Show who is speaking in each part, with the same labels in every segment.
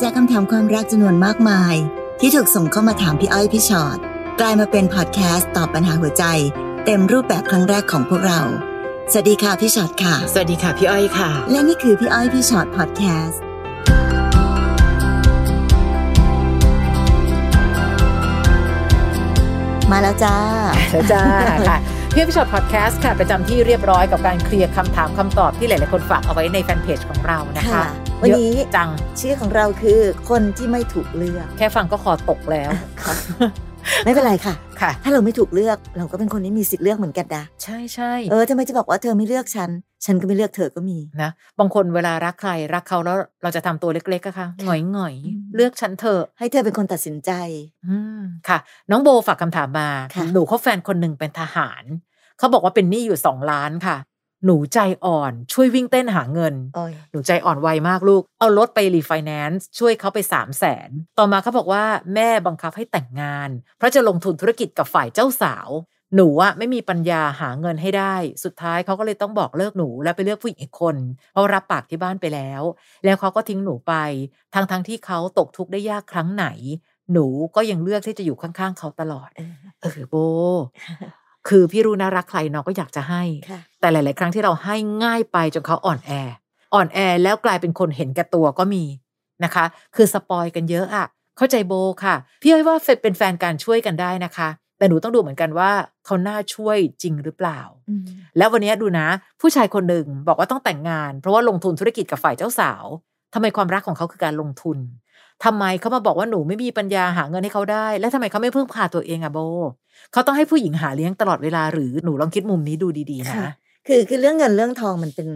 Speaker 1: จากคำถามความรักจำนวนมากมาย ที่ถูกส่งเข้ามาถามพี่อ้อยพี่ชอ็อตกลายมาเป็นพอดแคสต์ตอบปัญหาหัวใจ เต็มรูปแบบครั้งแรกของพวกเรา สวัสดีค่ะพี่ชอ็อตค่ะ
Speaker 2: สวัสดีค่ะพี่อ้อยค่ะ
Speaker 1: และนี่คือพี่อ้อยพี่ชอ็อตพอดแคสต์มาแล้วจ้า
Speaker 2: เชิญจ้าค่ะ พี่พิชอตพอดแคสต์ค่ะ ประจำที่เรียบร้อยกับการเคลียร์คำถามคำตอบที่หลายๆคนฝากเอาไว้ในแฟนเพจของเรานะคะ
Speaker 1: ค่ะ วันนี้
Speaker 2: เยอะจัง
Speaker 1: ชื่อของเราคือคนที่ไม่ถูกเลือก
Speaker 2: แค่ฟังก็คอตกแล้ว
Speaker 1: ไม่เป็นไรค่ะ
Speaker 2: ค่ะ
Speaker 1: ถ้าเราไม่ถูกเลือกเราก็เป็นคนที่มีสิทธิ์เลือกเหมือนกันนะ
Speaker 2: ใช่ใช่
Speaker 1: เออทำไมจะบอกว่าเธอไม่เลือกฉัน ฉันก็ไม่เลือกเธอก็มี
Speaker 2: นะ บางคนเวลารักใครรักเขาแล้วเราจะทำตัวเล็กๆก็ค่ะหงอยหงอยๆ
Speaker 1: อืม
Speaker 2: เลือกฉันเถอะ
Speaker 1: ให้เธอเป็นคนตัดสินใจ
Speaker 2: อืมค่ะ น้องโบฝากคำถามมา
Speaker 1: ค่ะ
Speaker 2: หนูเขาแฟนคนหนึ่งเป็นทหาร เขาบอกว่าเป็นหนี้อยู่สองล้านค่ะ หนูใจอ่อนช่วยวิ่งเต้นหาเงิน
Speaker 1: โอ้ย
Speaker 2: หนูใจอ่อนไวมากลูก เอารถไปรีไฟแนนซ์ช่วยเขาไป3 0 0แสน ต่อมาเขาบอกว่าแม่บังคับให้แต่งงาน เพราะจะลงทุนธุรกิจกับฝ่ายเจ้าสาว หนูอะไม่มีปัญญาหาเงินให้ได้ สุดท้ายเขาก็เลยต้องบอกเลิกหนูแล้วไปเลือกผู้หญิงอีกคน เพราะรับปากที่บ้านไปแล้ว แล้วเขาก็ทิ้งหนูไป ทั้งๆที่เขาตกทุกข์ได้ยากครั้งไหน หนูก็ยังเลือกที่จะอยู่ข้างๆ เขาตลอด
Speaker 1: เออ
Speaker 2: เออโบ คือพี่รู้นะรักใครน้องก็อยากจะให้
Speaker 1: ค่ะ
Speaker 2: แต่หลาย ๆ ครั้งที่เราให้ง่ายไปจนเขาอ่อนแอ อ่อนแอแล้วกลายเป็นคนเห็นแก่ตัวก็มีนะคะ คือสปอยกันเยอะอะ เข้าใจโบค่ะ พี่อ้อยว่าเฟเป็นแฟนการช่วยกันได้นะคะ แต่หนูต้องดูเหมือนกันว่าเขาน่าช่วยจริงหรือเปล่า
Speaker 1: อืม
Speaker 2: แล้ววันนี้ดูนะ ผู้ชายคนหนึ่งบอกว่าต้องแต่งงาน เพราะว่าลงทุนธุรกิจกับฝ่ายเจ้าสาวทำไมความรักของเขาคือการลงทุนทำไมเขามาบอกว่าหนูไม่มีปัญญาหาเงินให้เขาได้ และทำไมเขาไม่พึ่งพาตัวเองอะโบ เขาต้องให้ผู้หญิงหาเลี้ยงตลอดเวลาหรือหนูลองคิดมุมนี้ดูดีๆนะ
Speaker 1: คือคือเรื่องเงินเรื่องทองมันเป็น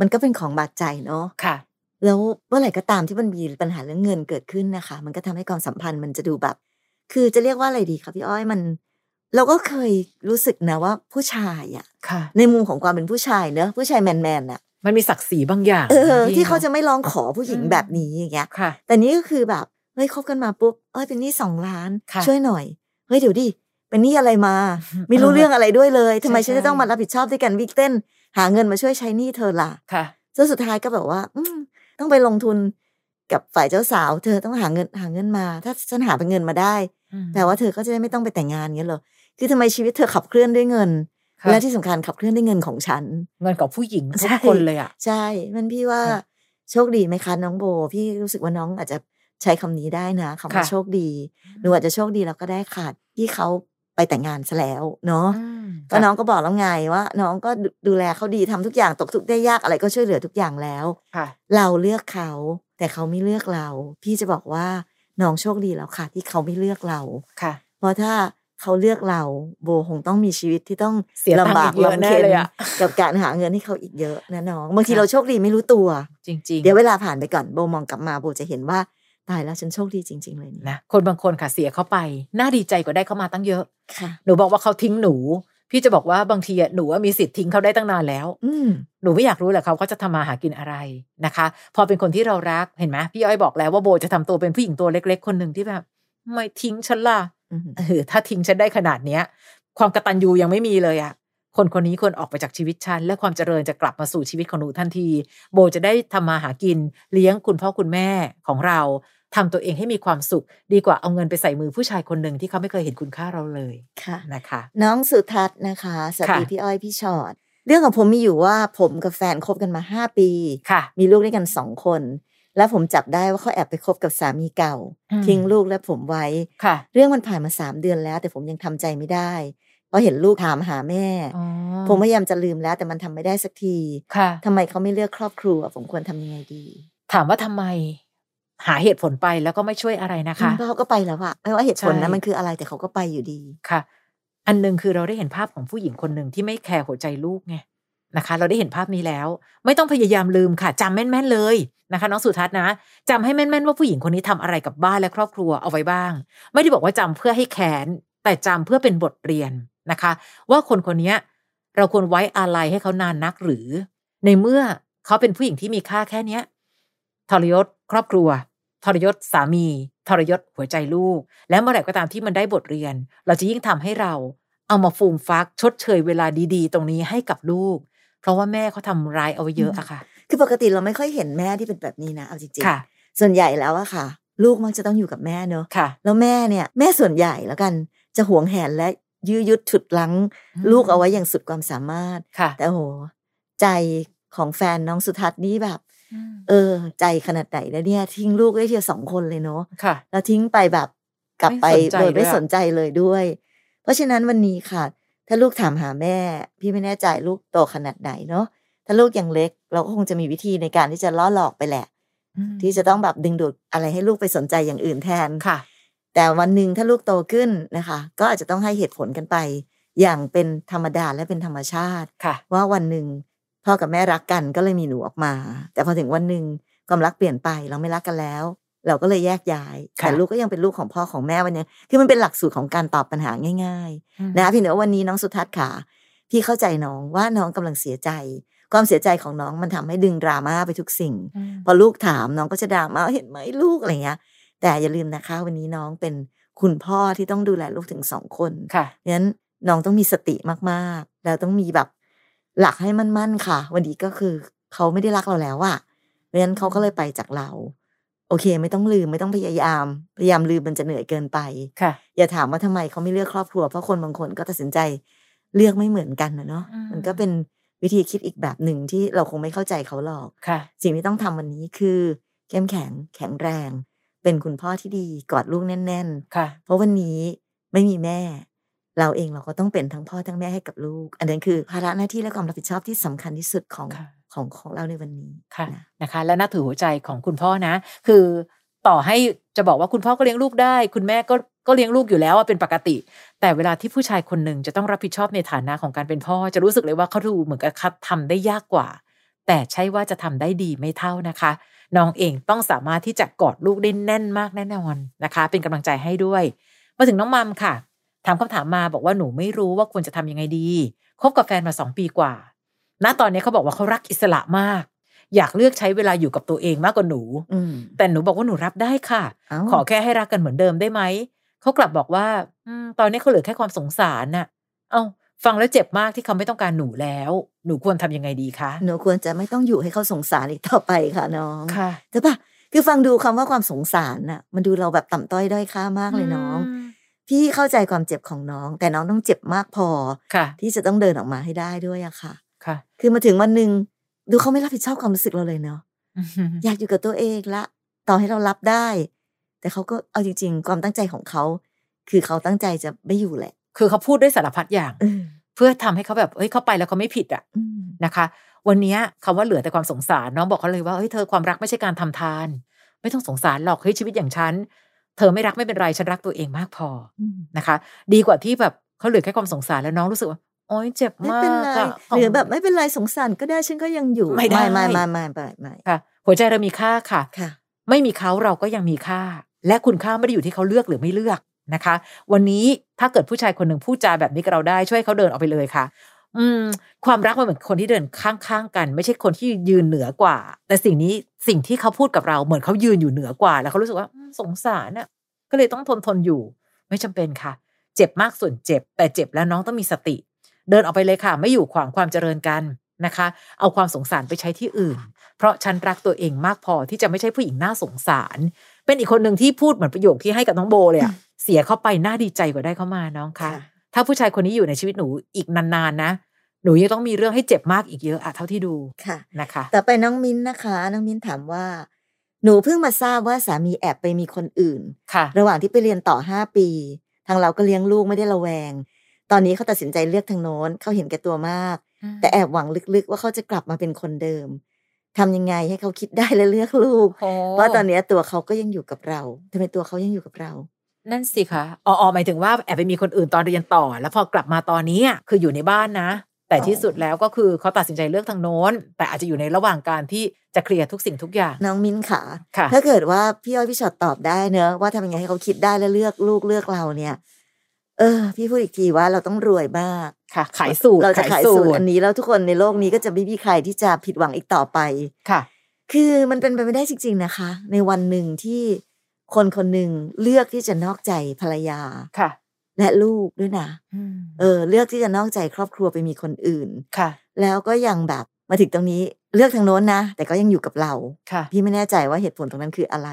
Speaker 1: มันก็เป็นของบาดใจเนาะ
Speaker 2: ค่ะ
Speaker 1: แล้วเมื่อไหร่ก็ตามที่มันมีปัญหาเรื่องเงินเกิดขึ้นนะคะ มันก็ทำให้ความสัมพันธ์มันจะดูแบบ คือจะเรียกว่าอะไรดีคะพี่อ้อยมัน เราก็เคยรู้สึกนะว่าผู้ชายอะ
Speaker 2: ค่ะ
Speaker 1: ในมุมของความเป็นผู้ชายเนอะผู้ชายแมนแมนๆอะ
Speaker 2: มันมีศักดิ์ศรีบางอย่าง
Speaker 1: เออ
Speaker 2: น
Speaker 1: ที่เขาจะไม่ร้องขอผู้หญิงแบบนี้อย่างเงี้ย
Speaker 2: ค่ะ
Speaker 1: แต่นี่ก็คือแบบเฮ้ยคบกันมาปุ๊บเอ้ยเป็นหนี้สองล้าน
Speaker 2: ค่ะ
Speaker 1: ช่วยหน่อยเฮ้ยเดี๋ยวดิเป็นหนี้อะไรมา ไม่รู้เรื่องอะไรด้วยเลยทำไม
Speaker 2: ใช่
Speaker 1: ฉันจะต้อง
Speaker 2: ใช่
Speaker 1: มารับผิดชอบด้วยกันวิ่งเต้น หาเงินมาช่วยใช้หนี้เธอล่ะ
Speaker 2: ค่ะ
Speaker 1: จนสุดท้ายก็แบบว่า อืมต้องไปลงทุนกับฝ่ายเจ้าสาว เธอต้องหาเงินหาเงินมา ถ้าฉันหาเป็นเงินมาได้แปลว่าเธอก็จะได้ไม่ต้องไปแต่งงานเงี้ยเหรอคือทำไมชีวิตเธอขับเคลื่อนด้วยเงิน
Speaker 2: ค่ะ
Speaker 1: และที่สำคัญขับเคลื่อนด้วยเงินของฉัน
Speaker 2: เงินกับผู้หญิงทุ
Speaker 1: ใช่
Speaker 2: กคนเลยอ่ะ
Speaker 1: ใช่ มันพี่ว่า
Speaker 2: ค่ะ
Speaker 1: โชคดีไหมคะน้องโบ พี่รู้สึกว่าน้องอาจจะใช้คำนี้ได้นะคำว่า
Speaker 2: ค่ะ
Speaker 1: โชคดี หนูอาจจะโชคดีแล้วก็ได้ค่ะที่เขาไปแต่งงานซะแล้วเนาะ
Speaker 2: อืม
Speaker 1: ก็น้องก็บอกแล้วไงว่า น้องก็ดูดูแลเขาดีทำทุกอย่างตกทุกข์ได้ยากอะไรก็ช่วยเหลือทุกอย่างแล้ว
Speaker 2: ค่ะ
Speaker 1: เราเลือกเขา แต่เขาไม่เลือกเรา พี่จะบอกว่าน้องโชคดีแล้วค่ะ ที่เขาไม่เลือกเรา
Speaker 2: ค่ะ
Speaker 1: เพราะถ้าเขาเลือกเราโบคงต้องมีชีวิตที่ต้อง
Speaker 2: เสียตังค์
Speaker 1: ลำบาก
Speaker 2: อีกเยอะ
Speaker 1: ลำ
Speaker 2: แน่
Speaker 1: เค็ญ
Speaker 2: เลยอะ
Speaker 1: กับการหาเงินให้เขาอีกเยอะนะน้องบางทีเราโชคดีไม่รู้ตัว
Speaker 2: จริงๆ
Speaker 1: เดี๋ยวเวลาผ่านไปก่อนโบมองกลับมาโบจะเห็นว่าตายแล้วฉันโชคดีจริง ๆ เลยนะ
Speaker 2: นะคนบางคนค่ะเสียเข้าไป น่าดีใจกว่าได้เข้ามาตั้งเยอะ
Speaker 1: ค่ะ
Speaker 2: หนูบอกว่าเขาทิ้งหนู พี่จะบอกว่าบางทีอะหนูอะมีสิทธิ์ทิ้งเขาได้ตั้งนานแล้ว
Speaker 1: อืม
Speaker 2: หนูไม่อยากรู้เหรอเขาก็จะทำมาหากินอะไรนะคะ พอเป็นคนที่เรารักเห็นไหมพี่อ้อยบอกแล้วว่าโบจะทำตัวเป็นผู้หญิงตัวเล็ก ๆ คนหนึ่งที่แบบทำไม่ทิ้งฉันล่ะ
Speaker 1: อืม
Speaker 2: เออถ้าทิ้งฉันได้ขนาดเนี้ย ความกระตันยูยังไม่มีเลยอะคนคนนี้ควรออกไปจากชีวิตฉัน และความเจริญจะกลับมาสู่ชีวิตของหนูทันที โบจะได้ทำมาหากิน เลี้ยงคุณพ่อคุณแม่ของเราทำตัวเองให้มีความสุข ดีกว่าเอาเงินไปใส่มือผู้ชายคนหนึ่งที่เขาไม่เคยเห็นคุณค่าเราเลย
Speaker 1: ค่ะ
Speaker 2: นะคะ
Speaker 1: น้องสุทัศน์นะคะสวัสดี
Speaker 2: ค่ะ
Speaker 1: พี่อ้อยพี่ชอด เรื่องของผมมีอยู่ว่าผมกับแฟนคบกันมาห้าปี
Speaker 2: ค่ะ
Speaker 1: มีลูกด้วยกันสองคน และผมจับได้ว่าเขาแอบไปคบกับสามีเก่า
Speaker 2: อืม
Speaker 1: ทิ้งลูกและผมไว้
Speaker 2: ค่ะ
Speaker 1: เรื่องมันผ่านมาสามเดือนแล้ว แต่ผมยังทำใจไม่ได้เพราะเห็นลูกถามหาแม่
Speaker 2: อ๋อ
Speaker 1: ผมพยายามจะลืมแล้ว แต่มันทำไม่ได้สักที
Speaker 2: ค่ะ
Speaker 1: ทำไมเขาไม่เลือกครอบครัว ผมควรทำยังไงดี
Speaker 2: ถามว่าทำไม หาเหตุผลไปแล้วก็ไม่ช่วยอะไรนะ
Speaker 1: อื
Speaker 2: คะ
Speaker 1: มเพราะเขาก็ไปแล้วอะไม่ว่าเหตุผล
Speaker 2: ใช่
Speaker 1: นั้นมันคืออะไรแต่เขาก็ไปอยู่ดี
Speaker 2: ค่ะ อันหนึ่งคือเราได้เห็นภาพของผู้หญิงคนหนึ่งที่ไม่แคร์หัวใจลูกไงนะคะ เราได้เห็นภาพนี้แล้ว ไม่ต้องพยายามลืมค่ะจำแม่นๆเลยนะคะน้องสุทัศน์นะจำให้แม่นๆว่าผู้หญิงคนนี้ทำอะไรกับบ้านและครอบครัวเอาไว้บ้าง ไม่ได้บอกว่าจำเพื่อให้แค้นแต่จำเพื่อเป็นบทเรียนนะคะ ว่าคนคนเนี้ยเราควรไว้อาลัยให้เขานานนักหรือ ในเมื่อเขาเป็นผู้หญิงที่มีค่าแค่เนี้ยทรยศครอบครัว ทรยศสามี ทรยศหัวใจลูก และเมื่อไหร่ก็ตามที่มันได้บทเรียน เราจะยิ่งทำให้เราเอามาฟูมฟัก ชดเชยเวลาดีๆ ตรงนี้ให้กับลูก เพราะว่าแม่เขาทำร้ายเอาไว้เยอะอะค่ะ
Speaker 1: คือปกติเราไม่ค่อยเห็นแม่ที่เป็นแบบนี้นะเอาจริงๆ
Speaker 2: ค่ะ
Speaker 1: ส่วนใหญ่แล้วอะค่ะ ลูกมักจะต้องอยู่กับแม่เนอะ
Speaker 2: ค่ะ
Speaker 1: แล้วแม่เนี่ยแม่ส่วนใหญ่แล้วกันจะหวงแหนและยื้อยุดฉุดลัง ลูกเอาไว้อย่างสุดความสามารถ
Speaker 2: ค่ะ
Speaker 1: แต่โหใจของแฟนน้องสุทัศน์นี่แบบ เออ ใจขนาดไหนแล้วเนี่ย ทิ้งลูกได้เทียสองคนเลยเนอะ
Speaker 2: ค่ะ
Speaker 1: แล้วทิ้งไปแบบกลับไป
Speaker 2: ไม่สนใจ
Speaker 1: โดยไม่
Speaker 2: ด้วย
Speaker 1: สน
Speaker 2: อะ
Speaker 1: ใจเลยด้วย เพราะฉะนั้นวันนี้ค่ะ ถ้าลูกถามหาแม่ พี่ไม่แน่ใจลูกโตขนาดไหนเนาะถ้าลูกยังเล็ก เราก็คงจะมีวิธีในการที่จะล่อหลอกไปแหละ
Speaker 2: อืม
Speaker 1: ที่จะต้องแบบดึงดูดอะไรให้ลูกไปสนใจอย่างอื่นแทน
Speaker 2: ค่ะ
Speaker 1: แต่วันหนึ่งถ้าลูกโตขึ้นนะคะ ก็อาจจะต้องให้เหตุผลกันไป อย่างเป็นธรรมดาและเป็นธรรมชาติ
Speaker 2: ค่ะ
Speaker 1: ว่าวันหนึ่งพ่อกับแม่รักกันก็เลยมีหนูออกมา แต่พอถึงวันหนึ่งความรักเปลี่ยนไปเราไม่รักกันแล้ว เราก็เลยแยกย้าย
Speaker 2: ค่ะ
Speaker 1: แต่ลูกก็ยังเป็นลูกของพ่อของแม่วันนี้คือมันเป็นหลักสูตรของการตอบปัญหาง่ายๆนะพี่เหนือวันนี้น้องสุทัศน์ค่ะพี่เข้าใจน้องว่าน้องกำลังเสียใจ ความเสียใจของน้องมันทำให้ดึงดราม่าไปทุกสิ่ง
Speaker 2: อืม
Speaker 1: พอลูกถามน้องก็จะดราม่าเห็นไหมลูกอะไรเงี้ย แต่อย่าลืมนะคะ วันนี้น้องเป็นคุณพ่อที่ต้องดูแลลูกถึงสองคน
Speaker 2: ค่ะ
Speaker 1: งั้นน้องต้องมีสติมากๆ แล้วต้องมีแบบหลักให้มั่นๆค่ะ วันนี้ก็คือเขาไม่ได้รักเราแล้วอะเพราะฉะนั้นเขาก็เลยไปจากเรา โอเค ไม่ต้องลืมไม่ต้องพยายาม พยายามลืมมันจะเหนื่อยเกินไป
Speaker 2: ค่ะ
Speaker 1: อย่าถามว่าทำไมเขาไม่เลือกครอบครัวเพราะคนบางคนก็ตัดสินใจเลือกไม่เหมือนกันนะเนาะ
Speaker 2: อืม
Speaker 1: มันก็เป็นวิธีคิดอีกแบบหนึ่งที่เราคงไม่เข้าใจเขาหรอก
Speaker 2: ค่ะ
Speaker 1: สิ่งที่ต้องทำวันนี้คือเข้มแข็งแข็งแรง เป็นคุณพ่อที่ดีกอดลูกแน่น ๆ
Speaker 2: ค่ะ
Speaker 1: เพราะวันนี้ไม่มีแม่ เราเองเราก็ต้องเป็นทั้งพ่อทั้งแม่ให้กับลูก อันนั้นคือภาระหน้าที่และความรับผิดชอบที่สำคัญที่สุดของ
Speaker 2: ค่ะ
Speaker 1: ของของเราในวันนี้
Speaker 2: ค่ะ
Speaker 1: นะ
Speaker 2: นะคะและนับถือหัวใจของคุณพ่อนะ คือต่อให้จะบอกว่าคุณพ่อก็เลี้ยงลูกได้ คุณแม่ก็ก็เลี้ยงลูกอยู่แล้วอะเป็นปกติ แต่เวลาที่ผู้ชายคนหนึ่งจะต้องรับผิดชอบในฐานะของการเป็นพ่อ จะรู้สึกเลยว่าเขาดูเหมือนกับคัดทำได้ยากกว่า แต่ใช่ว่าจะทำได้ดีไม่เท่านะคะ น้องเองต้องสามารถที่จะกอดลูกได้แน่นมากแน่นอนนะคะ เป็นกำลังใจให้ด้วย มาถึงน้องมัมค่ะ ถามคำถามมาบอกว่าหนูไม่รู้ว่าควรจะทำยังไงดีคบกับแฟนมาสองปีกว่า ณตอนนี้เขาบอกว่าเขารักอิสระมาก อยากเลือกใช้เวลาอยู่กับตัวเองมากกว่าหนู
Speaker 1: อืม
Speaker 2: แต่หนูบอกว่าหนูรับได้ค่ะ
Speaker 1: เา
Speaker 2: ขอแค่ให้รักกันเหมือนเดิมได้ไหม เขากลับบอกว่าอมตอนนี้เขาเหลือแค่ความสงสารน่ะ เอาฟังแล้วเจ็บมากที่เขาไม่ต้องการหนูแล้ว หนูควรทำยังไงดีคะ
Speaker 1: หนูควรจะไม่ต้องอยู่ให้เขาสงสารอีกต่อไปค่ะน้อง
Speaker 2: ค่ะ
Speaker 1: แต่ปะคือฟังดูคำว่าความสงสารน่ะ มันดูเราแบบต่ำต้อยด้อยค่ามากเลยน้อง
Speaker 2: ม
Speaker 1: พี่เข้าใจความเจ็บของน้อง แต่น้องต้องเจ็บมากพอ
Speaker 2: ค่ะ
Speaker 1: ที่จะต้องเดินออกมาให้ได้ด้วยอะค่ะ
Speaker 2: ค่ะ
Speaker 1: คือมาถึงวันหนึ่งดูเขาไม่รับผิดชอบความรู้สึกเราเลยเนาะ
Speaker 2: อืม
Speaker 1: อยากอยู่กับตัวเองละ ต่อให้เรารับได้ แต่เขาก็เอาจริง ๆ ความตั้งใจของเขา คือเขาตั้งใจจะไม่อยู่แหละ
Speaker 2: คือเขาพูดด้วยสารพัดอย่าง
Speaker 1: เออ
Speaker 2: เพื่อทำให้เขาแบบ เอ้ย เขาไปแล้วเขาไม่ผิดอะ
Speaker 1: อืม
Speaker 2: นะคะ วันเนี้ยคำว่าเหลือแต่ความสงสารน้องบอกเขาเลยว่าเฮ้ยเธอความรักไม่ใช่การทำทาน ไม่ต้องสงสารหรอกเฮ้ยชีวิตอย่างฉัน เธอไม่รักไม่เป็นไรฉันรักตัวเองมากพอ
Speaker 1: อืม
Speaker 2: นะคะ ดีกว่าที่แบบเขาเหลือแค่ความสงสารแล้วน้องรู้สึกว่าโอ๊ยเจ็บ
Speaker 1: ไม่
Speaker 2: มาก
Speaker 1: เป็นไร
Speaker 2: อะ
Speaker 1: หรือแบบ
Speaker 2: ขง
Speaker 1: ไม่เป็นไรสงสารก็ได้ฉันก็ยังอยู่
Speaker 2: ไม่ได้
Speaker 1: ไม่ไม่ไม่ไม่ไม่
Speaker 2: ค่ะ หัวใจเรามีค่าค่ะ
Speaker 1: ค่ะ
Speaker 2: ไม่มีเขาเราก็ยังมีค่า และคุณค่าไม่ได้อยู่ที่เขาเลือกหรือไม่เลือกนะคะ วันนี้ถ้าเกิดผู้ชายคนหนึ่งพูดจาแบบนี้กับเราได้ช่วยเขาเดินออกไปเลยค่ะ อืม ความรักมันเหมือนคนที่เดินข้างๆกัน ไม่ใช่คนที่ยืนเหนือกว่า แต่สิ่งนี้สิ่งที่เขาพูดกับเราเหมือนเขายืนอยู่เหนือกว่า แล้วเขารู้สึกว่าอืมสงสารน่ะก็เลยต้องทนทนอยู่ ไม่จำเป็นค่ะ เจ็บมากส่วนเจ็บ แต่เจ็บแล้วน้องต้องมีสติ เดินออกไปเลยค่ะ ไม่อยู่ขวางความเจริญกันนะคะ เอาความสงสารไปใช้ที่อื่น เพราะฉันรักตัวเองมากพอที่จะไม่ใช่ผู้หญิงน่าสงสาร เป็นอีกคนหนึ่งที่พูดเหมือนประโยคที่ให้กับน้องโบเลยอะเสียเข้าไปน่าดีใจกว่าได้เข้ามาน้องคะ ถ้าผู้ชายคนนี้อยู่ในชีวิตหนูอีกนานๆนะ หนูยังต้องมีเรื่องให้เจ็บมากอีกเยอะอะเท่าที่ดู
Speaker 1: ค่ะ
Speaker 2: นะคะ
Speaker 1: ต่อไปน้องมิ้นนะคะ น้องมิ้นถามว่า หนูเพิ่งมาทราบว่าสามีแอบไปมีคนอื่น
Speaker 2: ค่ะ
Speaker 1: ระหว่างที่ไปเรียนต่อห้าปี ทางเราก็เลี้ยงลูกไม่ได้ระแวง ตอนนี้เขาตัดสินใจเลือกทางโน้นเขาเห็นแก่ตัวมาก แต่แอบหวังลึกๆ ว่าเขาจะกลับมาเป็นคนเดิมทำยังไงให้เขาคิดได้และเลือกลูก
Speaker 2: โอ้
Speaker 1: เพราะตอนเนี้ยตัวเขาก็ยังอยู่กับเราทำไมตัวเขายังอยู่กับเรา
Speaker 2: นั่นสิคะอ๋ออ๋อหมายถึงว่าแอบไปมีคนอื่นตอนเรียนต่อ แล้วพอกลับมาตอนนี้อะคืออยู่ในบ้านนะ แต่ที่สุดแล้วก็คือเขาตัดสินใจเลือกทางโน้น แต่อาจจะอยู่ในระหว่างการที่จะเคลียร์ทุกสิ่งทุกอย่าง
Speaker 1: น้องมิ้นค่ะ
Speaker 2: ค่ะ
Speaker 1: ถ้าเกิดว่าพี่อ้อยพี่ชอตตอบได้เนอะว่าทำยังไงให้เขาคิดได้และเลือกลูกเลือกเราเนี่ย เออ พี่พูดอีกทีว่าเราต้องรวยมาก
Speaker 2: ค่ะ ขายสูตร
Speaker 1: เราจะขายสูตรอันนี้แล้วทุกคนในโลกนี้ก็จะไม่มีใครที่จะผิดหวังอีกต่อไป
Speaker 2: ค่ะ
Speaker 1: คือมันเป็นไปไม่ได้จริง ๆนะคะ ในวันหนึ่งที่คนคนหนึ่งเลือกที่จะนอกใจภรรยา
Speaker 2: ค่ะ
Speaker 1: และลูกด้วยนะ เออเลือกที่จะนอกใจครอบครัวไปมีคนอื่น
Speaker 2: ค่ะ
Speaker 1: แล้วก็ยังแบบ มาถึงตรงนี้เลือกทางโน้นนะ แต่ก็ยังอยู่กับเรา
Speaker 2: ค่ะ
Speaker 1: พี่ไม่แน่ใจว่าเหตุผลตรงนั้นคืออะไร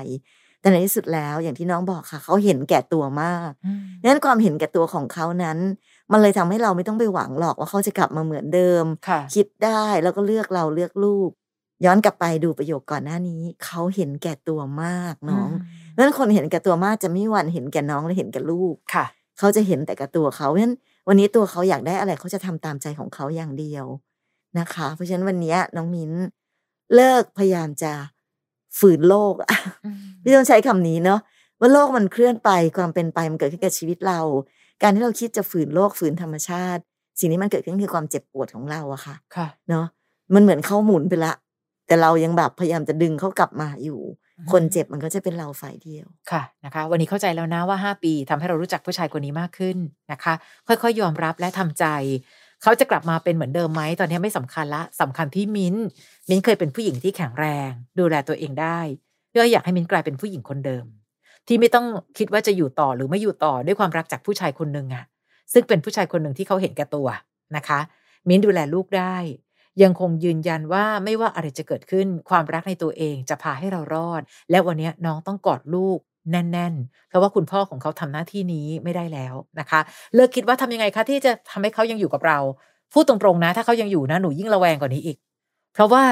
Speaker 1: แต่ในที่สุดแล้วอย่างที่น้องบอกค่ะ เขาเห็นแก่ตัวมาก
Speaker 2: อืม
Speaker 1: ดังนั้นความเห็นแก่ตัวของเขานั้น มันเลยทำให้เราไม่ต้องไปหวังหรอกว่าเขาจะกลับมาเหมือนเดิม
Speaker 2: ค่ะ
Speaker 1: คิดได้แล้วก็เลือกเราเลือกลูก ย้อนกลับไปดูประโยคก่อนหน้านี้ เขาเห็นแก่ตัวมากน้องดังนั้นคนเห็นแก่ตัวมากจะไม่มีวันเห็นแก่น้องและเห็นแก่ลูก
Speaker 2: ค่ะ
Speaker 1: เขาจะเห็นแต่กับตัวเขาเพราะฉะนั้นวันนี้ตัวเขาอยากได้อะไรเขาจะทำตามใจของเขาอย่างเดียวนะคะ เพราะฉะนั้นวันนี้น้องมิ้นเลิกพยายามจะฝืนโลก อะ พี่ต้องใช้คำนี้เนาะว่าโลกมันเคลื่อนไปความเป็นไปมันเกิดขึ้นกับชีวิตเรา การที่เราคิดจะฝืนโลกฝืนธรรมชาติ สิ่งนี้มันเกิดขึ้นคือความเจ็บปวดของเราอะค่ะ
Speaker 2: ค่ะ
Speaker 1: เนาะมันเหมือนเขาหมุนไปละ แต่เรายังแบบพยายามจะดึงเขากลับมาอยู่ คนเจ็บมันก็จะเป็นเราฝ่ายเดียว
Speaker 2: ค่ะนะคะ วันนี้เข้าใจแล้วนะว่า 5 ปีทำให้เรารู้จักผู้ชายคนนี้มากขึ้นนะคะ ค่อยๆ ยอมรับและทำใจ เขาจะกลับมาเป็นเหมือนเดิมไหมตอนนี้ไม่สำคัญละสำคัญที่มิ้นท์มิ้นท์เคยเป็นผู้หญิงที่แข็งแรง ดูแลตัวเองได้เพื่ออยากให้มิ้นท์กลายเป็นผู้หญิงคนเดิม ที่ไม่ต้องคิดว่าจะอยู่ต่อหรือไม่อยู่ต่อด้วยความรักจากผู้ชายคนหนึ่งอะซึ่งเป็นผู้ชายคนหนึ่งที่เขาเห็นแก่ตัวนะคะ มิ้นท์ดูแลลูกได้ ยังคงยืนยันว่าไม่ว่าอะไรจะเกิดขึ้นความรักในตัวเองจะพาให้เรารอด และวันนี้น้องต้องกอดลูกแน่น ๆ เพราะว่าคุณพ่อของเขาทำหน้าที่นี้ไม่ได้แล้วนะคะ เลิกคิดว่าทำยังไงคะที่จะทำให้เขายังอยู่กับเรา พูดตรงๆนะ ถ้าเขายังอยู่นะหนูยิ่งระแวงกว่านี้อีก เพราะว่า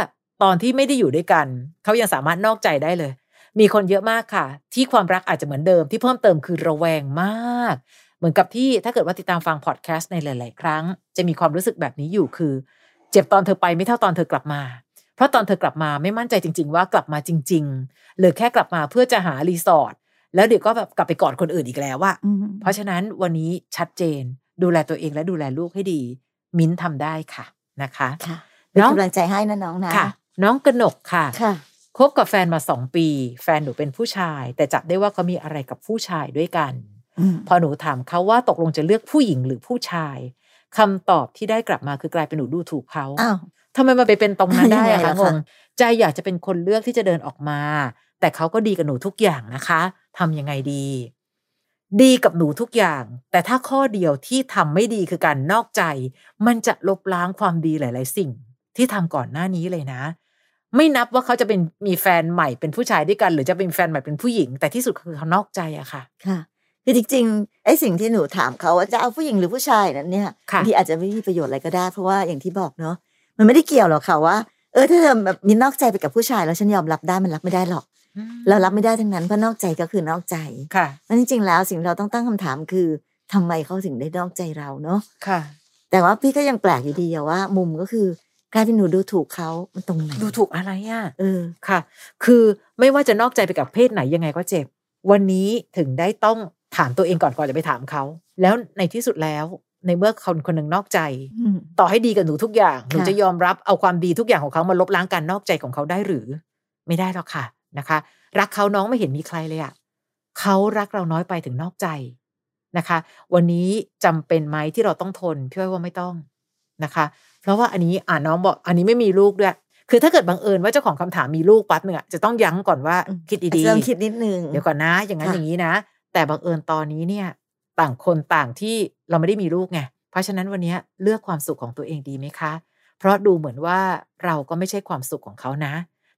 Speaker 2: ตอนที่ไม่ได้อยู่ด้วยกัน เขายังสามารถนอกใจได้เลย มีคนเยอะมากค่ะ ที่ความรักอาจจะเหมือนเดิมที่เพิ่มเติมคือระแวงมาก เหมือนกับที่ถ้าเกิดว่าติดตามฟังพอดแคสต์ในหลาย ๆ ครั้ง จะมีความรู้สึกแบบนี้อยู่คือ เจ็บตอนเธอไปไม่เท่าตอนเธอกลับมา เพราะตอนเธอกลับมาไม่มั่นใจจริง ๆ ว่ากลับมาจริง ๆ หรือแค่กลับมาเพื่อจะหารีสอร์ทแล้วเดี๋ยวก็แบบกลับไปกอดคนอื่นอีกแล้วอะเพราะฉะนั้นวันนี้ชัดเจน ดูแลตัวเองและดูแลลูกให้ดี มิ้นท์ทำได้ค่ะนะคะ
Speaker 1: ค่ะ
Speaker 2: น้
Speaker 1: เป็น
Speaker 2: อง
Speaker 1: กำลังใจให้นะน้องนะ
Speaker 2: ค่ะ น้องกนกค่ะ
Speaker 1: ค่ะ
Speaker 2: คบกับแฟนมาสองปี แฟนหนูเป็นผู้ชาย แต่จับได้ว่าเขามีอะไรกับผู้ชายด้วยกัน
Speaker 1: อืม
Speaker 2: พอหนูถามเขาว่าตกลงจะเลือกผู้หญิงหรือผู้ชายคำตอบที่ได้กลับมาคือกลายเป็นหนูดูถูกเขา
Speaker 1: อ้าว
Speaker 2: ทำไมมันไปเป็นตรงนั้นได้อะ
Speaker 1: ยังไง
Speaker 2: คะ
Speaker 1: ล่ะ
Speaker 2: ง
Speaker 1: คะ
Speaker 2: งใจอยากจะเป็นคนเลือกที่จะเดินออกมา แต่เขาก็ดีกับหนูทุกอย่างนะคะทำยังไงดี ดีกับหนูทุกอย่าง แต่ถ้าข้อเดียวที่ทำไม่ดีคือการนอกใจ มันจะลบล้างความดีหลาย ๆ สิ่ง ที่ทำก่อนหน้านี้เลยนะ ไม่นับว่าเขาจะเป็นมีแฟนใหม่เป็นผู้ชายด้วยกัน หรือจะเป็นแฟนใหม่เป็นผู้หญิง แต่ที่สุดคือเขานอกใจอะค่ะ
Speaker 1: ค่ะคือจริงๆไอ้สิ่งที่หนูถามเขาว่าจะเอาผู้หญิงหรือผู้ชายนั้นเนี่ย
Speaker 2: ค่ะ
Speaker 1: บางที่อาจจะไม่มีประโยชน์อะไรก็ได้ เพราะว่าอย่างที่บอกเนาะมันไม่ได้เกี่ยวหรอกค่ะว่าเออถ้าเธอแบบมีนอกใจไปกับผู้ชายแล้วฉันยอมรับได้มันรับไม่ได้หรอก เรารับไม่ได้ทั้งนั้นเพราะนอกใจก็คือนอกใจ
Speaker 2: ค่ะ
Speaker 1: มันจริงๆแล้วสิ่งที่เราต้องตั้งคำถามคือทำไมเขาถึงได้นอกใจเราเนาะ
Speaker 2: ค่ะ
Speaker 1: แต่ว่าพี่ก็ยังแปลกอยู่ดีอะว่า มุมก็คือกลายเป็นหนูดูถูกเขามันตรงไหน
Speaker 2: ดูถูกอะไรอะ
Speaker 1: เออ
Speaker 2: ค่ะ คือไม่ว่าจะนอกใจไปกับเพศไหนยังไงก็เจ็บ วันนี้ถึงได้ต้องถามตัวเองก่อนก่อนจะไปถามเขา แล้วในที่สุดแล้วในเมื่อคนคนหนึ่งนอกใจ ต่อให้ดีกับหนูทุกอย่าง หนู
Speaker 1: ค่ะ
Speaker 2: จะยอมรับเอาความดีทุกอย่างของเขามาลบล้างการนอกใจของเขาได้หรือ ไม่ได้หรอกค่ะนะคะ รักเขาน้องไม่เห็นมีใครเลยอะเขารักเราน้อยไปถึงนอกใจนะคะ วันนี้จำเป็นไหมที่เราต้องทนพี่อ้อยว่าไม่ต้องนะคะ เพราะว่าอันนี้อ่าน้องบอกอันนี้ไม่มีลูกด้วยคือถ้าเกิดบังเอิญว่าเจ้าของคำถามมีลูกปั๊บเนี่ยจะต้องยั้งก่อนว่าคิดดี
Speaker 1: อาจ
Speaker 2: ๆ
Speaker 1: จะต้องคิดนิดนึง
Speaker 2: เดี๋ยวก่อนนะ อย่างนั้น
Speaker 1: ค่ะ
Speaker 2: อย่างนี้นะ แต่บังเอิญตอนนี้เนี่ย ต่างคนต่างที่เราไม่ได้มีลูกไง เพราะฉะนั้นวันนี้เลือกความสุขของตัวเองดีไหมคะ เพราะดูเหมือนว่าเราก็ไม่ใช่ความสุขของเขานะ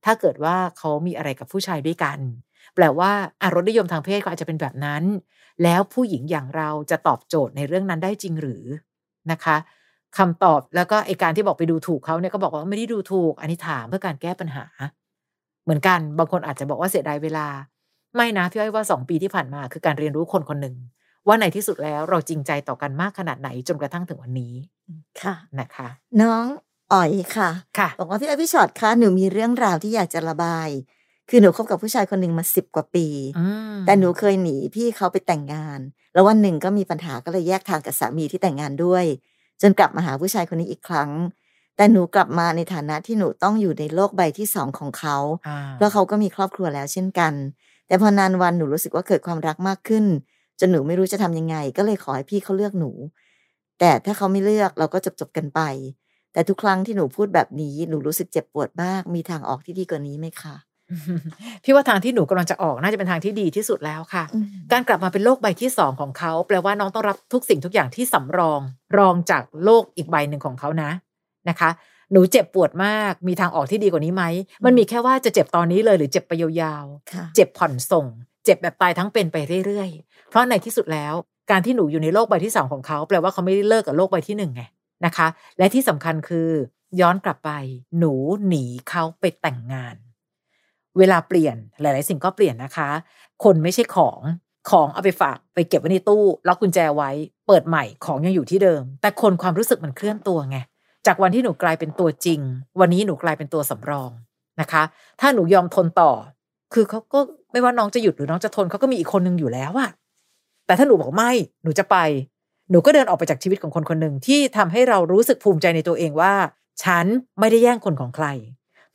Speaker 2: ถ้าเกิดว่าเขามีอะไรกับผู้ชายด้วยกัน แปลว่าอารสนิยมทางเพศเขาอาจจะเป็นแบบนั้น แล้วผู้หญิงอย่างเราจะตอบโจทย์ในเรื่องนั้นได้จริงหรือนะคะคำตอบแล้วก็ไอการที่บอกไปดูถูกเขาเนี่ยก็บอกว่าไม่ได้ดูถูก อันนี้ถามเพื่อการแก้ปัญหา เหมือนกันบางคนอาจจะบอกว่าเสียดายเวลา ไม่นะพี่อ้อยว่าสองปีที่ผ่านมาคือการเรียนรู้คนคนหนึ่ง ว่าในที่สุดแล้วเราจริงใจต่อกันมากขนาดไหนจนกระทั่งถึงวันนี้
Speaker 1: ค่ะ
Speaker 2: นะคะ
Speaker 1: น้องอ๋อยค่ะ
Speaker 2: ค่ะ
Speaker 1: บอกว่าพี่ไอยพี่ชอตคะหนูมีเรื่องราวที่อยากจะระบาย คือหนูคบกับผู้ชายคนหนึ่งมาสิบกว่าปี
Speaker 2: อืม
Speaker 1: แต่หนูเคยหนีพี่เขาไปแต่งงาน แล้ววันหนึ่งก็มีปัญหาก็เลยแยกทางกับสามีที่แต่งงานด้วย จนกลับมาหาผู้ชายคนนี้อีกครั้ง แต่หนูกลับมาในฐานะที่หนูต้องอยู่ในโลกใบที่สองของเขา
Speaker 2: อ่า
Speaker 1: แล้วเขาก็มีครอบครัวแล้วเช่นกัน แต่พอนานวันหนูรู้สึกว่าเกิดความรักมากขึ้น จนหนูไม่รู้จะทำยังไง ก็เลยขอให้พี่เขาเลือกหนู แต่ถ้าเขาไม่เลือกเราก็จบจบๆกันไป แต่ทุกครั้งที่หนูพูดแบบนี้หนูรู้สึกเจ็บปวดมาก มีทางออกที่ดีกว่านี้ไหมคะ
Speaker 2: พี่ว่าทางที่หนูกำลังจะออกน่าจะเป็นทางที่ดีที่สุดแล้วค่ะ การกลับมาเป็นโลกใบที่สองของเขาแปลว่าน้องต้องรับทุกสิ่งทุกอย่างที่สำรอง รองจากโลกอีกใบหนึ่งของเขานะนะคะ หนูเจ็บปวดมากมีทางออกที่ดีกว่านี้ไหมมันมีแค่ว่าจะเจ็บตอนนี้เลยหรือเจ็บไปยาวๆ
Speaker 1: ค่ะ
Speaker 2: เจ็บผ่อนส่ง เจ็บแบบตายทั้งเป็นไปเรื่อยๆ เพราะในที่สุดแล้ว การที่หนูอยู่ในโลกใบที่สองของเขา แปลว่าเขาไม่ได้เลิกกับโลกใบที่หนึ่งไงนะคะ และที่สำคัญคือ ย้อนกลับไป หนูหนีเขาไปแต่งงาน เวลาเปลี่ยนหลาย ๆ สิ่งก็เปลี่ยนนะคะ คนไม่ใช่ของของเอาไปฝากไปเก็บไว้ในตู้ล็อกกุญแจไว้ เปิดใหม่ของยังอยู่ที่เดิม แต่คนความรู้สึกมันเคลื่อนตัวไงจากวันที่หนูกลายเป็นตัวจริง วันนี้หนูกลายเป็นตัวสำรองนะคะ ถ้าหนูยอมทนต่อ คือเขาก็ไม่ว่าน้องจะหยุดหรือน้องจะทนเขาก็มีอีกคนนึงอยู่แล้วอะแต่ถ้าหนูบอกไม่หนูจะไป หนูก็เดินออกไปจากชีวิตของคนคนหนึ่งที่ทำให้เรารู้สึกภูมิใจในตัวเองว่า ฉันไม่ได้แย่งคนของใคร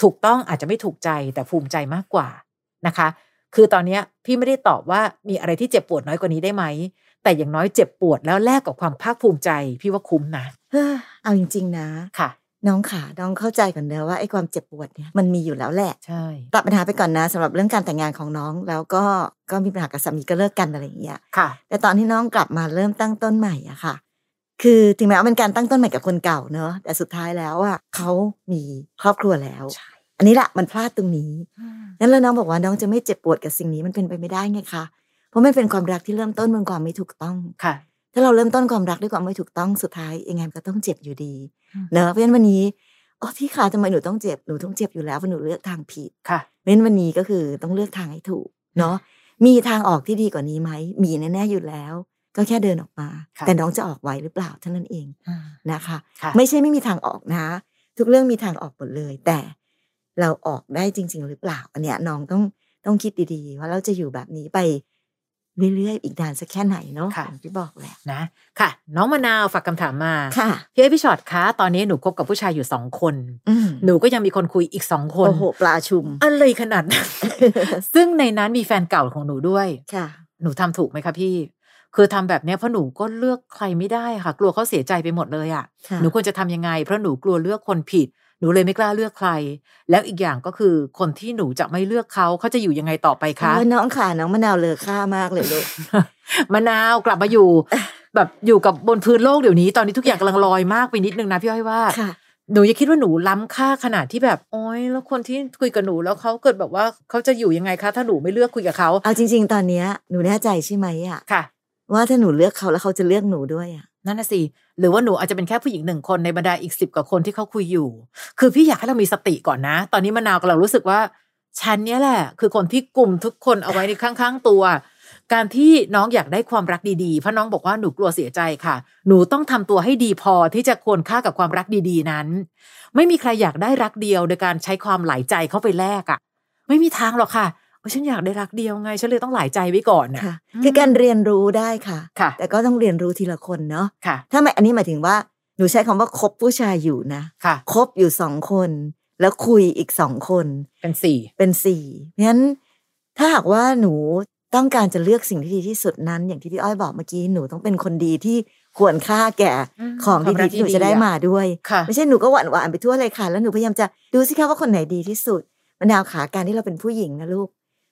Speaker 2: ถูกต้องอาจจะไม่ถูกใจแต่ภูมิใจมากกว่านะคะ คือตอนเนี้ยพี่ไม่ได้ตอบว่ามีอะไรที่เจ็บปวดน้อยกว่านี้ได้ไหม แต่อย่างน้อยเจ็บปวดแล้วแลกกับความภาคภูมิใจ พี่ว่าคุ้มนะ
Speaker 1: เอ้อ เอาจริง ๆ นะ
Speaker 2: ค่ะ
Speaker 1: น้องขาน้องเข้าใจก่อนเนอะว่าไอ้ความเจ็บปวดเนี่ยมันมีอยู่แล้วแหละ
Speaker 2: ใช่
Speaker 1: ตัดปัญหาไปก่อนนะสำหรับเรื่องการแต่งงานของน้อง แล้วก็ก็มีปัญหากับสามีก็เลิกกันอะไรอย่างเงี้ย
Speaker 2: ค่ะ
Speaker 1: แต่ตอนที่น้องกลับมาเริ่มตั้งต้นใหม่อะค่ะ คือถึงแม้ว่าเป็นการตั้งต้นใหม่กับคนเก่าเนอะแต่สุดท้ายแล้วอะเขามีครอบครัวแล้ว
Speaker 2: ใช่
Speaker 1: อันนี้แหละมันพลาดตรงนี้นั้นแล้วน้องบอกว่าน้องจะไม่เจ็บปวดกับสิ่งนี้มันเป็นไปไม่ได้ไงคะเพราะมันเป็นความรักที่เริ่มต้นบนความไม่ถูกต้อง
Speaker 2: ค่ะ
Speaker 1: ถ้าเราเริ่มต้นความรักด้วยความไม่ถูกต้องสุดท้ายยังไงมันก็ต้องเจ็บอยู่ดี
Speaker 2: อืม
Speaker 1: เนอะเพราะฉะนั้นวันนี้อ๋อพี่ขาทำไมหนูต้องเจ็บหนูต้องเจ็บอยู่แล้วเพราะหนูเลือกทางผิด
Speaker 2: ค่ะ
Speaker 1: เพราะฉะนั้นวันนี้ก็คือต้องเลือกทางให้ถูกเนาะมีทางออกที่ดีกว่านี้ไหมมีแน่ๆอยู่แล้ว ก็แค่เดินออกมา
Speaker 2: ค่ะ
Speaker 1: แต่น้องจะออกไหวหรือเปล่าเท่านั้นเองนะคะ
Speaker 2: ค่ะ
Speaker 1: ไม่ใช่ไม่มีทางออกนะ ทุกเรื่องมีทางออกหมดเลย แต่เราออกได้จริง ๆ หรือเปล่า อันเนี้ยน้องต้องต้องคิดดีๆ ว่าเราจะอยู่แบบนี้ไปเรื่อยๆอีกนานสักแค่ไหนเนาะอย่างที่บอกแหละ
Speaker 2: นะ ค่ะ น้องมะนาวฝากคำถามมา
Speaker 1: ค่ะ
Speaker 2: พี่เอ้ยพี่ชอตคะตอนนี้หนูคบกับผู้ชายอยู่สองคน
Speaker 1: อืม
Speaker 2: หนูก็ยังมีคนคุยอีกสองคน
Speaker 1: โอ้โหปลาชุ ม
Speaker 2: อะไรขนาดนั้น ซึ่งในนั้นมีแฟนเก่าของหนูด้วย
Speaker 1: ค่ะ
Speaker 2: หนูทำถูกไหมคะพี่ คือทำแบบเนี้ยเพราะหนูก็เลือกใครไม่ได้ค่ะ กลัวเขาเสียใจไปหมดเลยอะ่ะ
Speaker 1: ค่ะ
Speaker 2: หนูควรจะทำยังไง เพราะหนูกลัวเลือกคนผิด หนูเลยไม่กล้าเลือกใคร แล้วอีกอย่างก็คือคนที่หนูจะไม่เลือกเขาเขาจะอยู่ยังไงต่อไปคะ
Speaker 1: ว่าน้องขาน้องมะนาวเลอค่ามากเลยลูก
Speaker 2: มะนาวกลับมาอยู่ แบบอยู่กับบนพื้นโลกเดี๋ยวนี้ตอนนี้ทุกอย่างกำลังลอยมากไปนิดนึงนะพี่อ้อยว่า
Speaker 1: ค่ะ
Speaker 2: หนูอย่าคิดว่าหนูล้ำค่าขนาดที่แบบโอ๊ยแล้วคนที่คุยกับหนูแล้วเขาเกิดแบบว่าเขาจะอยู่ยังไงคะถ้าหนูไม่เลือกคุยกับเขา
Speaker 1: เอาจริง ๆ ตอนเนี้ยหนูแน่ใจใช่ไหมอะ
Speaker 2: ค่ะ
Speaker 1: ว่าถ้าหนูเลือกเขาแล้วเขาจะเลือกหนูด้วยอะ
Speaker 2: นั่นน่ะสิหรือว่าหนูอาจจะเป็นแค่ผู้หญิงหนึ่งคนในบรรดาอีกสิบกว่าคนที่เขาคุยอยู่ คือพี่อยากให้เรามีสติก่อนนะ ตอนนี้มะนาวกำลังรู้สึกว่า ฉันเนี้ยแหละ คือคนที่กลุ่มทุกคนเอาไว้ในข้างๆตัว การที่น้องอยากได้ความรักดีๆเพราะน้องบอกว่าหนูกลัวเสียใจค่ะ หนูต้องทำตัวให้ดีพอที่จะควรค่ากับความรักดีๆนั้น ไม่มีใครอยากได้รักเดียวโดยการใช้ความหลายใจเข้าไปแลกอะ่ะ ไม่มีทางหรอกค่ะโอ้ยฉันอยากได้รักเดียวไงฉันเลยต้องหลายใจไว้ก่อนน่ะ
Speaker 1: ค่ะ คือการเรียนรู้ได้ค่ะ
Speaker 2: ค่ะ
Speaker 1: แต่ก็ต้องเรียนรู้ทีละคนเนาะ
Speaker 2: ค่ะ
Speaker 1: ถ้าไม่อันนี้หมายถึงว่าหนูใช้คำว่าคบผู้ชายอยู่นะ
Speaker 2: ค่ะ
Speaker 1: คบอยู่สองคน แล้วคุยอีกสองคน
Speaker 2: เป็นสี่
Speaker 1: เป็นสี่เพราะฉะนั้นถ้าหากว่าหนูต้องการจะเลือกสิ่งที่ดีที่สุดนั้น อย่างที่พี่อ้อยบอกเมื่อกี้หนูต้องเป็นคนดีที่ควรค่าแก่ของ
Speaker 2: ความ
Speaker 1: ดี
Speaker 2: รัก
Speaker 1: ๆที่หนูจะได้
Speaker 2: ๆอะ
Speaker 1: มาด้วย
Speaker 2: ค่ะ
Speaker 1: ไม่ใช่หนูก็หวานหวานๆไปทั่วเลยค่ะ แล้วหนูพยายามจะดูสิคะว่าคนไหนดีที่สุดมะนาวขาการที่เราเป็นผู้หญิงนะลูก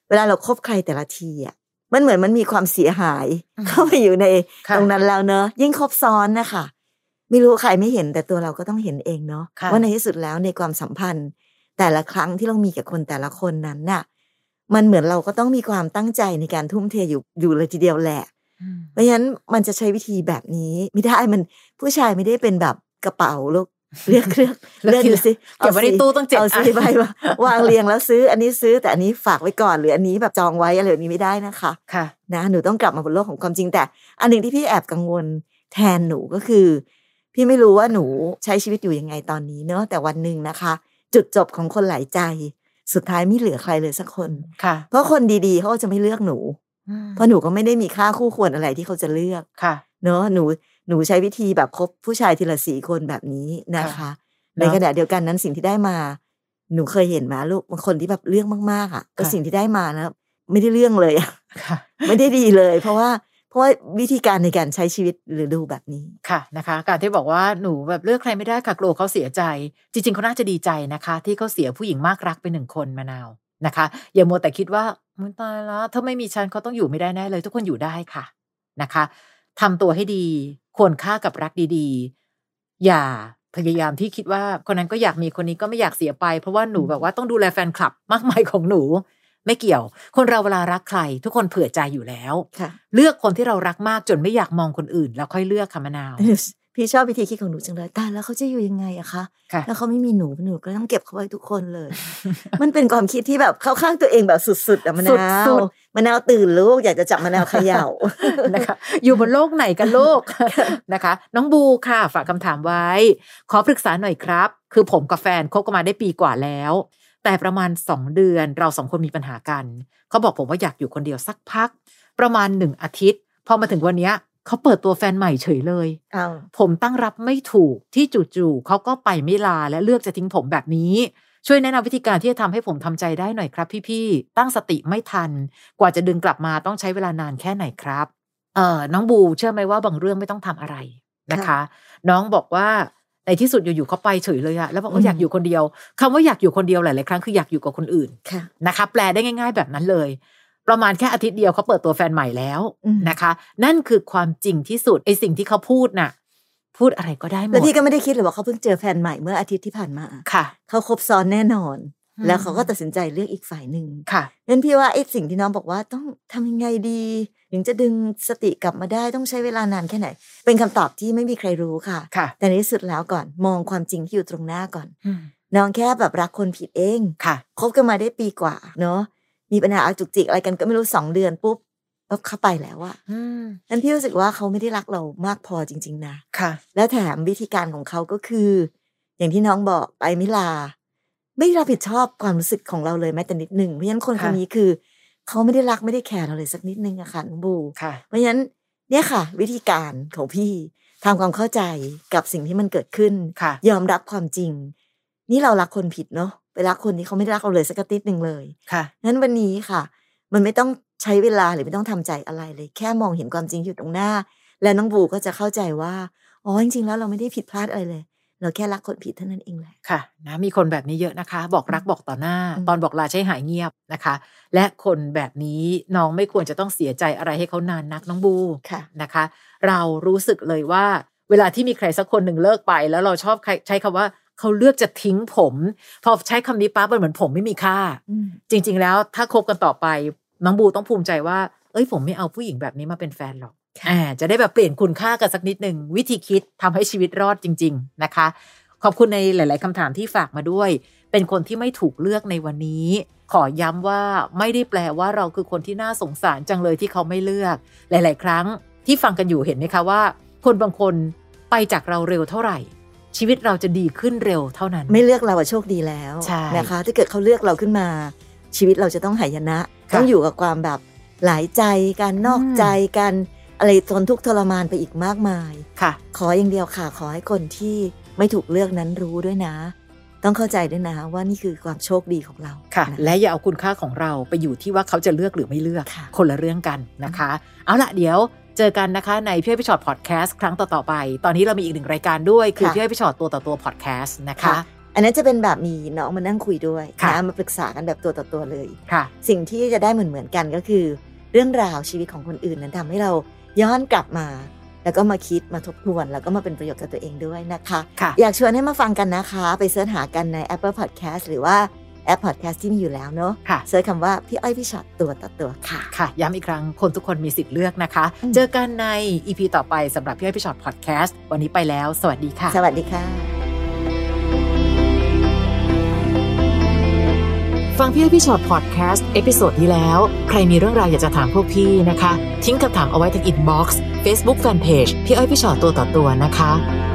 Speaker 1: เวลาเราคบใครแต่ละทีอ่ะมันเหมือนมันมีความเสียหาย
Speaker 2: อืม
Speaker 1: เข้าไปอยู่ใน
Speaker 2: ค่ะ
Speaker 1: ตรงนั้นแล้วเนอะยิ่งคบซ้อนนะคะไม่รู้ใครไม่เห็นแต่ตัวเราก็ต้องเห็นเองเนาะ
Speaker 2: ค่ะ
Speaker 1: ว่าในที่สุดแล้วในความสัมพันธ์ แต่ละครั้งที่เรามีกับคนแต่ละคนนั้นน่ะ มันเหมือนเราก็ต้องมีความตั้งใจในการทุ่มเทอยู่อยู่เลยทีเดียวแหละ
Speaker 2: อืม
Speaker 1: เพราะฉะนั้นมันจะใช้วิธีแบบนี้ไม่ได้มันผู้ชายไม่ได้เป็นแบบกระเป๋าลู กเลือกเลือก
Speaker 2: แล้ว
Speaker 1: เลือก
Speaker 2: ที
Speaker 1: ดู
Speaker 2: ละ
Speaker 1: สิ
Speaker 2: เก็บไว้ใน
Speaker 1: อาสิ
Speaker 2: ตู้ต้องเจ็ด
Speaker 1: เอา
Speaker 2: อัน
Speaker 1: สิใบมาวางเรียงแล้วซื้อ อันนี้ซื้อแต่อันนี้ฝากไว้ก่อนหรืออันนี้แบบจองไว้อะไรแบบนี้ไม่ได้นะคะ
Speaker 2: ค่ะ
Speaker 1: นะหนูต้องกลับมาบนโลกของความจริงแต่ อันหนึ่งที่พี่แอบกังวลแทนหนูก็คือ พี่ไม่รู้ว่าหนูใช้ชีวิตอยู่ยังไงตอนนี้เนอะแต่วันหนึ่งนะคะ จุดจบของคนหลายใจ สุดท้ายไม่เหลือใครเลยสักคน
Speaker 2: ค่ะ
Speaker 1: เพราะคนดีๆเขาก็จะไม่เลือกหนู เพราะหนูก็ไม่ได้มีค่าคู่ควรอะไรที่เขาจะเลือก
Speaker 2: ค่ะ
Speaker 1: เนอะหนูหนูใช้วิธีแบบคบผู้ชายทีละสี่คนแบบนี้นะคะ ในขณะเดียวกันนั้นสิ่งที่ได้มา หนูเคยเห็นมาลูกบางคนที่แบบเรื่องมากๆอ่ะก็
Speaker 2: ค่ะ
Speaker 1: สิ่งที่ได้มานะไม่ได้เรื่องเลยอะ
Speaker 2: ค่ะ
Speaker 1: ไม่ได้ดีเลย เพราะว่าเพราะว่าวิธีการในการใช้ชีวิตหรือดูแบบนี้
Speaker 2: ค่ะนะคะ การที่บอกว่าหนูแบบเลือกใครไม่ได้ค่ะกลัวเขาเสียใจ จริงๆเขาน่าจะดีใจนะคะ ที่เขาเสียผู้หญิงมากรักไปหนึ่งคนมะนาวนะคะ อย่ามัวแต่คิดว่ามันตายแล้วถ้าไม่มีฉันเขาต้องอยู่ไม่ได้แน่เลย ทุกคนอยู่ได้ค่ะนะคะทำตัวให้ดี ควรค่ากับรักดีๆ อย่า พยายามที่คิดว่าคนนั้นก็อยากมีคนนี้ก็ไม่อยากเสียไป เพราะว่าหนูแบบว่าต้องดูแลแฟนคลับมากมายของหนู ไม่เกี่ยว คนเราเวลารักใคร ทุกคนเผื่อใจอยู่แล้ว
Speaker 1: ค่ะ
Speaker 2: เลือกคนที่เรารักมากจนไม่อยากมองคนอื่น แล้วค่อยเลือกค่ะมะนาว
Speaker 1: พี่ชอบวิธีคิดของหนูจังเลยแต่แล้วเขาจะอยู่ยังไงอะคะ
Speaker 2: ค่ะ
Speaker 1: แล้วเขาไม่มีหนูหนูก็ต้องเก็บเขาไว้ทุกคนเลย มันเป็นความคิดที่แบบเข้าข้างตัวเองแบบสุดๆอะมะนาว
Speaker 2: สุด
Speaker 1: มะนาวตื่นลูกอยากจะจับมะนาวเขย่ า
Speaker 2: นะคะ อยู่บนโลกไหนกันโลก นะคะ น้องบูค่ะ ฝากคำถามไว้ ขอปรึกษาหน่อยครับ คือผมกับแฟนคบกันมาได้ปีกว่าแล้ว แต่ประมาณ 2 เดือนเราสองคนมีปัญหากัน เขาบอกผมว่าอยากอยู่คนเดียวสักพัก ประมาณหนึ่งอาทิตย์ พอมาถึงวันเนี้ยเขาเปิดตัวแฟนใหม่เฉยเลย
Speaker 1: เอา
Speaker 2: ผมตั้งรับไม่ถูกที่จู่ๆเขาก็ไปไม่ลาและเลือกจะทิ้งผมแบบนี้ ช่วยแนะนำวิธีการที่จะทำให้ผมทำใจได้หน่อยครับ พี่ๆตั้งสติไม่ทัน กว่าจะดึงกลับมาต้องใช้เวลานานแค่ไหนครับเอ่อน้องบูเชื่อไหมว่าบางเรื่องไม่ต้องทำอะไรนะคะ น้องบอกว่าในที่สุดอยู่ๆเขาไปเฉยเลยอะแล้วบอกว่าอยากอยู่คนเดียวคำว่าอยากอยู่คนเดียวหลายๆครั้งคืออยากอยู่กับคนอื่น
Speaker 1: ค่ะ
Speaker 2: นะคะแปลได้ง่าย ๆ แบบนั้นเลย ประมาณแค่อาทิตย์เดียวเขาเปิดตัวแฟนใหม่แล้ว
Speaker 1: อืม
Speaker 2: นะคะ นั่นคือความจริงที่สุดไอสิ่งที่เขาพูดน่ะ พูดอะไรก็ได้หม
Speaker 1: แล้ว
Speaker 2: ด
Speaker 1: พี่ก็ไม่ได้คิดเลยว่าเขาเพิ่งเจอแฟนใหม่เมื่ออาทิตย์ที่ผ่านมา
Speaker 2: ค่ะ
Speaker 1: เขาครบซ้อนแน่นอน แล้วเขาก็
Speaker 2: อืม
Speaker 1: ตัดสินใจเลือกอีกฝ่ายหนึ่ง
Speaker 2: ค่ะ
Speaker 1: งั้นพี่ว่าไอ้สิ่งที่น้องบอกว่าต้องทำยังไงดี ถึงจะดึงสติกลับมาได้ต้องใช้เวลานานแค่ไหน เป็นคำตอบที่ไม่มีใครรู้ค่ะ
Speaker 2: ค่ะ
Speaker 1: แต่ในที่สุดแล้วก่อนมองความจริงที่อยู่ตรงหน้าก่อน
Speaker 2: อืม
Speaker 1: น้องแค่แบบรักคนผิดเอง
Speaker 2: ค่ะ
Speaker 1: คบกันมาได้ปีกว่า เนาะมีปัญหาจุกจิกอะไรกันก็ไม่รู้สองเดือนปุ๊บก็เข้าไปแล้วอะ
Speaker 2: อืม
Speaker 1: นั้นพี่รู้สึกว่าเขาไม่ได้รักเรามากพอจริง ๆ นะ
Speaker 2: ค่ะ
Speaker 1: และแถมวิธีการของเขาก็คือ อย่างที่น้องบอกไปมิลา ไม่รับผิดชอบความรู้สึกของเราเลยแม้แต่นิดหนึ่งเพราะฉะนั้นคน
Speaker 2: ค่ะ
Speaker 1: คนนี้คือ เขาไม่ได้รักไม่ได้แคร์เราเลยสักนิดนึงอะค่ะน้องบู
Speaker 2: ค่ะ
Speaker 1: เพราะฉะนั้นเนี่ยค่ะ วิธีการของพี่ทำความเข้าใจกับสิ่งที่มันเกิดขึ้น
Speaker 2: ค่ะ
Speaker 1: ยอมรับความจริง นี่เรารักคนผิดเนาะไปรักคนที่เขาไม่ได้รักเราเลยสักนิดหนึ่งเลย
Speaker 2: ค่ะ
Speaker 1: นั้นวันนี้ค่ะ มันไม่ต้องใช้เวลาหรือไม่ต้องทำใจอะไรเลย แค่มองเห็นความจริงอยู่ตรงหน้า และน้องบูก็จะเข้าใจว่าอ๋อจริงๆแล้วเราไม่ได้ผิดพลาดอะไรเลย เราแค่รักคนผิดเท่านั้นเองแหละ
Speaker 2: ค่ะนะมีคนแบบนี้เยอะนะคะ บอกรักบอกต่อหน้า
Speaker 1: อืม
Speaker 2: ตอนบอกลาใช้หายเงียบนะคะ และคนแบบนี้น้องไม่ควรจะต้องเสียใจอะไรให้เขานานนักน้องบู
Speaker 1: ค่ะ
Speaker 2: นะคะเรารู้สึกเลยว่า เวลาที่มีใครสักคนหนึ่งเลิกไป แล้วเราชอบใครใช้คำว่าเขาเลือกจะทิ้งผม พอใช้คำนี้ปั๊บมันเหมือนผมไม่มีค่า
Speaker 1: อืม
Speaker 2: จริง ๆ แล้วถ้าคบกันต่อไปน้องบูต้องภูมิใจว่า เอ้ยผมไม่เอาผู้หญิงแบบนี้มาเป็นแฟนหรอกอ่าจะได้แบบเปลี่ยนคุณค่ากันสักนิดหนึ่งวิธีคิดทำให้ชีวิตรอดจริง ๆนะคะ ขอบคุณในหลาย ๆคำถามที่ฝากมาด้วย เป็นคนที่ไม่ถูกเลือกในวันนี้ ขอย้ำว่าไม่ได้แปลว่าเราคือคนที่น่าสงสารจังเลยที่เขาไม่เลือก หลาย ๆ ครั้งที่ฟังกันอยู่เห็นไหมคะว่า คนบางคนไปจากเราเร็วเท่าไหร่ ชีวิตเราจะดีขึ้นเร็วเท่านั้น
Speaker 1: ไม่เลือกเราอะโชคดีแล้ว
Speaker 2: ใช่
Speaker 1: นะคะ ถ้าเกิดเขาเลือกเราขึ้นมา ชีวิตเราจะต้องหายนะ
Speaker 2: ค่ะ
Speaker 1: ต้องอยู่กับความแบบหลายใจการนอก
Speaker 2: อืม
Speaker 1: ใจกันอะไรทนทุกข์ทรมานไปอีกมากมาย
Speaker 2: ค่ะ
Speaker 1: ขออย่างเดียวค่ะขอให้คนที่ไม่ถูกเลือกนั้นรู้ด้วยนะ ต้องเข้าใจด้วยนะว่านี่คือความโชคดีของเรา
Speaker 2: ค่ะ
Speaker 1: น
Speaker 2: และอย่าเอาคุณค่าของเราไปอยู่ที่ว่าเขาจะเลือกหรือไม่เลือก
Speaker 1: ค่ะ
Speaker 2: นละเรื่องกันนะคะ เอาล่ะเดี๋ยวเจอกันนะคะในพี่อ้อยพี่ชอตพอดแคสต์ครั้งต่อ ๆ ไป ตอนนี้เรามีอีกหนึ่งรายการด้วย คือพี่อ้อยพี่ชอตตัวต่อตัวพอดแคสต์นะคะ
Speaker 1: อันนั้นจะเป็นแบบมีน้องมานั่งคุยด้วย
Speaker 2: ค่ะ
Speaker 1: นะมาปรึกษากันแบบตัวต่อตัวเลย
Speaker 2: ค่ะ
Speaker 1: สิ่งที่จะได้เหมือนเหมือนๆกันก็คือ เรื่องราวชีวิตของคนอื่นนั้นทำให้เราย้อนกลับมา แล้วก็มาคิดมาทบทวน แล้วก็มาเป็นประโยชน์กับตัวเองด้วยนะคะ
Speaker 2: ค่ะ
Speaker 1: อยากชวนให้มาฟังกันนะคะ ไปเสิร์ชหากันใน Apple Podcast หรือว่าแอป Podcast ที่มีอยู่แล้วเนอะ
Speaker 2: ค่ะ
Speaker 1: เสิร์ชคำว่าพี่อ้อยพี่ช็อตตัวต่อตัวค่ะ
Speaker 2: ค่ะ ย้ำอีกครั้งคนทุกคนมีสิทธิ์เลือกนะคะ
Speaker 1: อืม
Speaker 2: เจอกันใน EP ต่อไปสำหรับพี่อ้อยพี่ชอตพอดแคสต์วันนี้ไปแล้ว สวัสดีค่ะ
Speaker 1: สวัสดีค่ะ
Speaker 2: ฟังพี่อ้อยพี่ชอตพอดแคสต์เอพิโซดนี้แล้ว ใครมีเรื่องราวอยากจะถามพวกพี่นะคะ ทิ้งคำถามเอาไว้ทางอินบ็อกซ์เฟซบุ๊กแฟนเพจพี่อ้อยพี่ชอตตัวต่อตัวนะคะ